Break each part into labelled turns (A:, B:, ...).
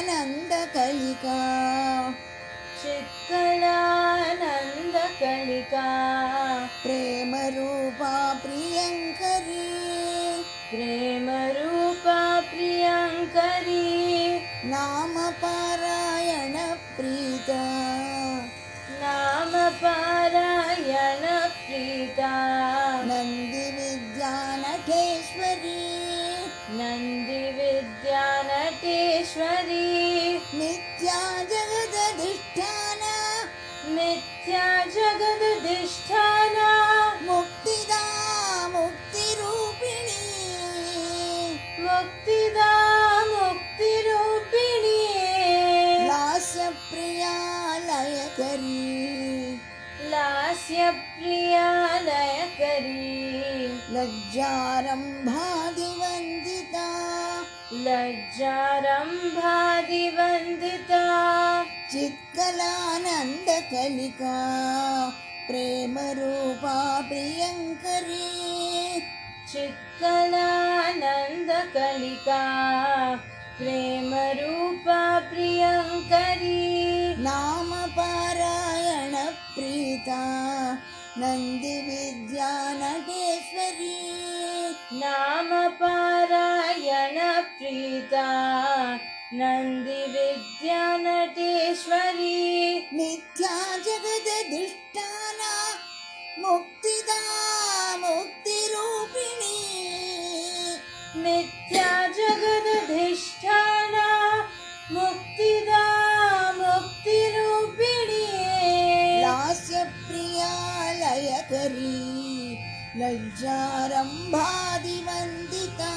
A: चित्कलानन्दकलिका
B: चित्कलानन्दकलिका
A: प्रेमरूपा प्रियङ्करी
B: प्रेमरूपा प्रियङ्करी
A: नामपारायणप्रीता
B: नामपारायणप्रीता
A: नन्दिविद्यानटेश्वरी
B: नन्दिविद्यानटेश्वरी
A: मिथ्या जगदधिष्ठाना
B: मिथ्या जगदधिष्ठाना
A: मुक्तिदा मुक्तिरूपिणी
B: मुक्तिदा मुक्तिरूपिणी
A: लास्यप्रिया लयकरी
B: लास्यप्रिया लयकरी
A: लज्जारम्भादिवन्दिता
B: लज्जारम्भादिवन्दिता
A: चित्कलानन्दकलिका प्रेमरूपा प्रियङ्करी
B: चित्कलानन्दकलिका प्रेमरूपा प्रियङ्करी
A: नामपारायणप्रीता नन्दिविद्यानटेश्वरी
B: नामपारायणप्रीता नन्दिविद्यानटेश्वरी
A: मिथ्या जगदधिष्ठाना मुक्तिदा मुक्तिरूपिणी
B: मिथ्या जगदधिष्ठाना मुक्तिदा मुक्तिरूपिणी
A: लास्यप्रिया लयकरी लज्जारम्भादिवन्दिता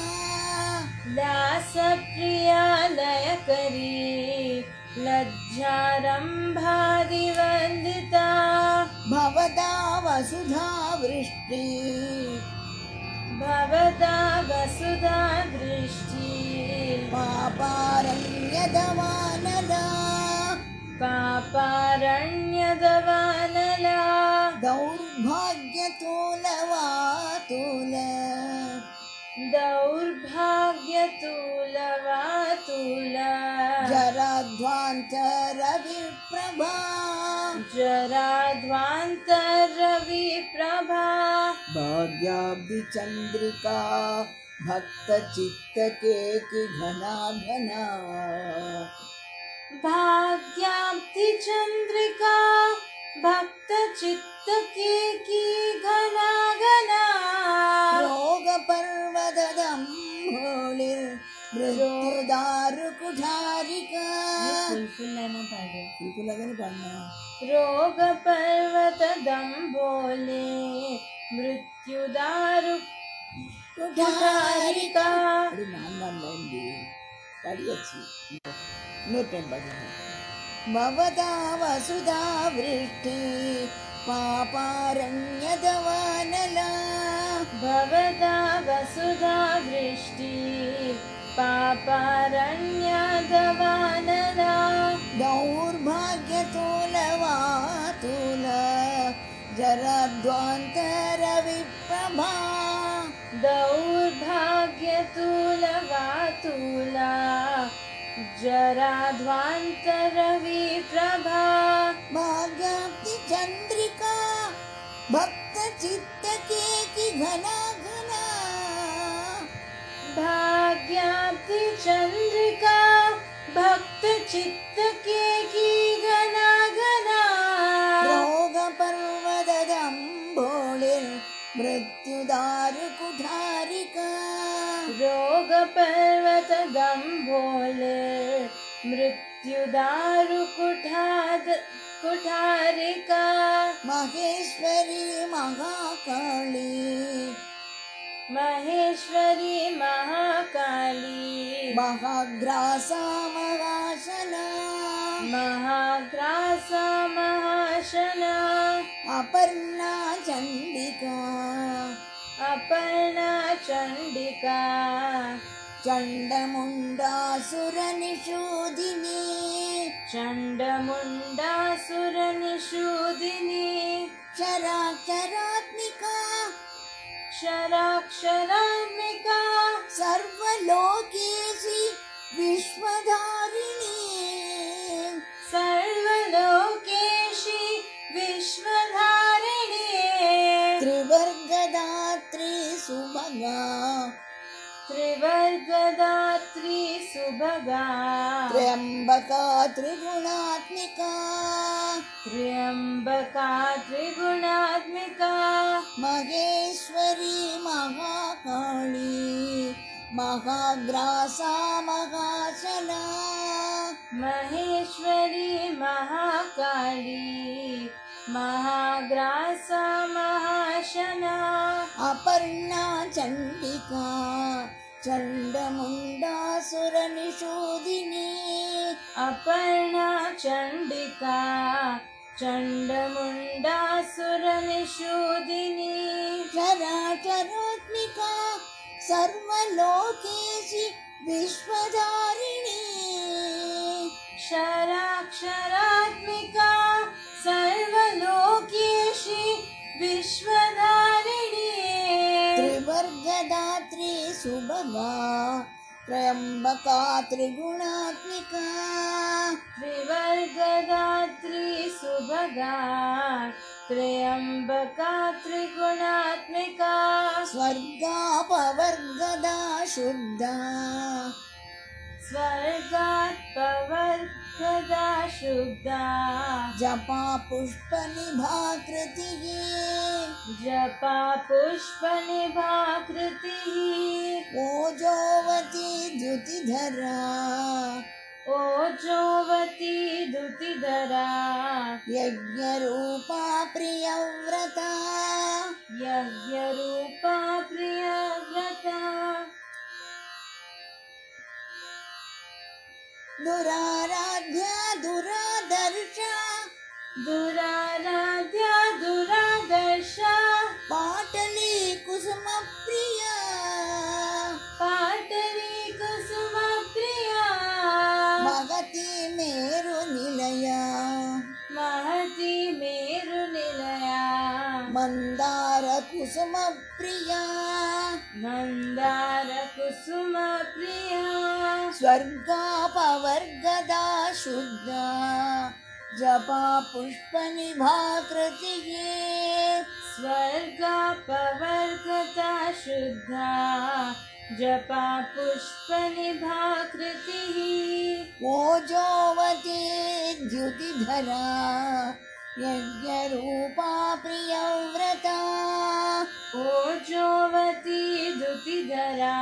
B: दासप्रियालयकरी लज्जारम्भादिवन्दिता
A: भवदा वसुधा वृष्टि
B: भवता वसुधा दृष्टि
A: पापारण्यदवानला
B: पापारण्यदवानला
A: दौर्भाग्यतोलवातुल
B: दौर्भाग्यतुलवातुला
A: जराध्वान्तरविप्रभा
B: जराध्वान्तरविप्रभा
A: भाग्याब्धिचन्द्रिका भक्तचित्तकेकिघनाघना
B: भाग्याब्धिचन्द्रिका भक्तचित्तकेकी घना घना
A: रोगपर्वदम्भोलिर्मृत्युदारुकुठारिका बिल्कुल अगर पढ़ना
B: रोगपर्वतदम्भोले मृत्युदारु कुठारिका
A: अरे नाम नाम लाइन दी बड़ी अच्छी नो टाइम बढ़ी भवदा वसुधा वृष्टि पापारण्यदवानला
B: भवदा वसुधा वृष्टि पापारण्यादवानरा
A: दौर्भाग्यतोलवातुल जराद्वान्तरविप्रभा
B: दौर्भाग्यतुलवातुला जराध्वान्तरविप्रभा
A: भाग्याप्ति चन्द्रिका भक्तचित्तकेकि घना घना
B: भाग्याब्धि चन्द्रिका भक्तचित्तकेकी घना घना
A: रोगपर्वदम्भोळिर् मृत्युदारुकुठारिका
B: रोगपर्वतदम्भोले मृत्युदारुकुठाद कुठारिका
A: महेश्वरी महाकाली
B: महेश्वरी महाकाली
A: महाग्रासा महाशना
B: महाग्रासा महाशना
A: अपर्णा चण्डिका
B: अपर्णा चण्डिका
A: चण्डमुण्डासुरनिषूदिनी
B: चण्डमुण्डासुरनिषूदिनी
A: क्षराक्षरात्मिका
B: क्षराक्षरान्विका
A: सर्वलोकेषु विश्व
B: त्रिवर्गदात्री सुभगा
A: त्र्यम्बका त्रिगुणात्मिका
B: त्र्यम्बका त्रिगुणात्मिका
A: महेश्वरी महाकाली महाग्रासा महाचला
B: महेश्वरी महाकाली महाग्रासा महाशना
A: अपर्णा चण्डिका चण्डमुण्डासुरनिषोदिनी
B: अपर्णा चण्डिका चण्डमुण्डासुरनिषूदिनी
A: चराचरात्मिका सर्वलोकेशि विश्वधारिणी
B: क्षराक्षरात्मिका सर्वलोकेशी विश्वधारिणी
A: त्रिवर्गदात्री सुभगा त्र्यम्बका त्रिगुणात्मिका
B: त्रिवर्गदात्री सुभगा त्र्यम्बका त्रिगुणात्मिका
A: स्वर्गापवर्गदा शुद्धा
B: स्वर्गात्पवर्गदा शुद्धा
A: जपा पुष्पनिभाकृतिः
B: जपा पुष्पनिभाकृतिः
A: ओजोवती द्युतिधरा
B: ओजोवती दुतिधरा
A: यज्ञरूपा प्रियव्रता
B: यज्ञरूपा प्रियव्रता
A: दुराराध्या दुरादर्शा
B: दुराराध्या दुरादर्शा
A: पाटली कुसुमप्रिया
B: पाटली कुसुमप्रिया
A: महती मेरुनिलया
B: महती मेरुनिलया
A: मन्दारकुसुमप्रिया
B: मन्दारकुसुमप्रिया
A: स्वर्गापवर्गदा शुद्धा जपा पुष्पनिभाकृतिः
B: स्वर्गापवर्गता शुद्धा जपा पुष्पनिभाकृतिः
A: ओजोवती द्युतिधरा यज्ञरूपा प्रियव्रता
B: ओजोवती दुतिधरा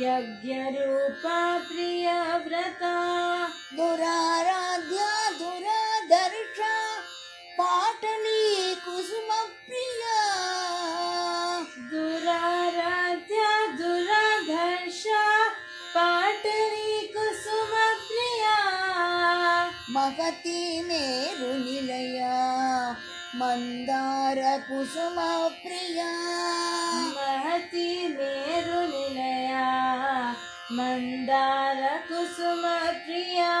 B: यज्ञरूपा प्रियव्रता
A: दुराराध्या दुरादर्शा पाटली कुसुमप्रिया
B: दुराराध्या दुराधर्षा पाटली कुसुमप्रिया
A: महती मेरुनिलया मन्दारकुसुमप्रिया
B: महती मेरुनिलया मन्दारकुसुमप्रिया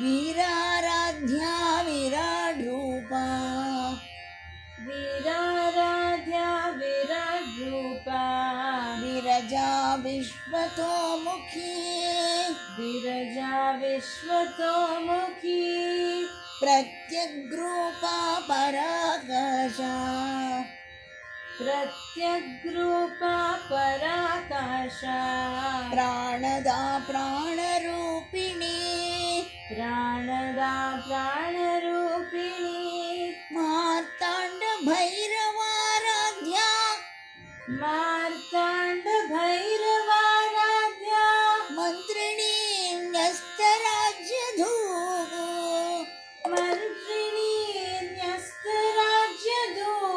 A: वीराराध्या विराड्रूपा
B: वीराराध्या विराड्रूपा
A: विरजा विश्वतोमुखी
B: विरजा विश्वतोमुखी
A: प्रत्यग्रूपा पराकाशा
B: प्रत्यग्रूपा पराकाशा
A: प्राणदा प्राणरूपिणी
B: प्राणदा प्राणरूपिणी
A: मार्ताण्डभैरवाराध्या
B: मार्ताण्डभैरवाराध्या
A: मन्त्रिणी न्यस्तराज्यधूः
B: मन्त्रिणी न्यस्तराज्यदोः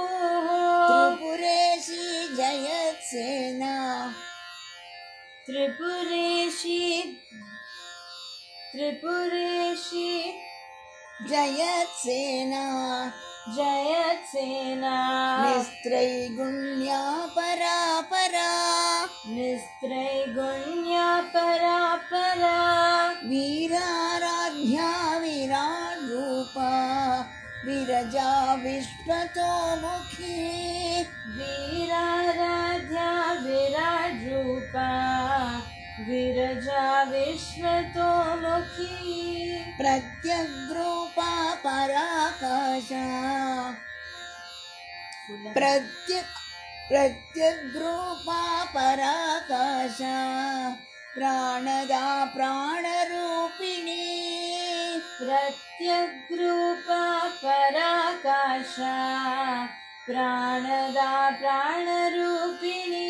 A: त्रिपुरेशी जयत्सेना
B: त्रिपुरेशी त्रिपुरेशी
A: जयत्सेना
B: जयसेना
A: निस्त्रैगुण्या परा परा
B: निस्त्रैगुण्या परा परा
A: वीराराध्या विराड् रूपा विरजा विश्वतोमुखी
B: वीराराध्या विराड्रूपा विरजा विश्वतोमुखी
A: प्रत्यग्रूपा पराकाशा प्रत्य प्रत्यग्रूपा पराकाशा आशा प्राणदा प्राणरूपिणी
B: प्रत्यग्रूपा पराकाशा प्राणदा प्राणरूपिणी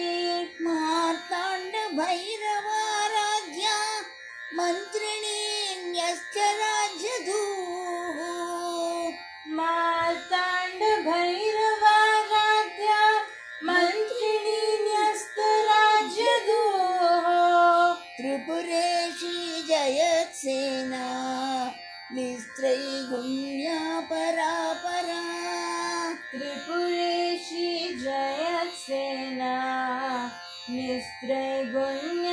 A: मार्ताण्डभैरवाराध्या मन्त्रिणीन्यश्च राज्यधूः
B: मार्ताण्डभैरवाराध्या मन्त्रिणीन्यस्तराज्यदोः
A: त्रिपुरेशी जयत्सेना निस्त्रैगुण्या परा परा
B: त्रिपुरेशी जयत्सेना निस्त्रैगुण्य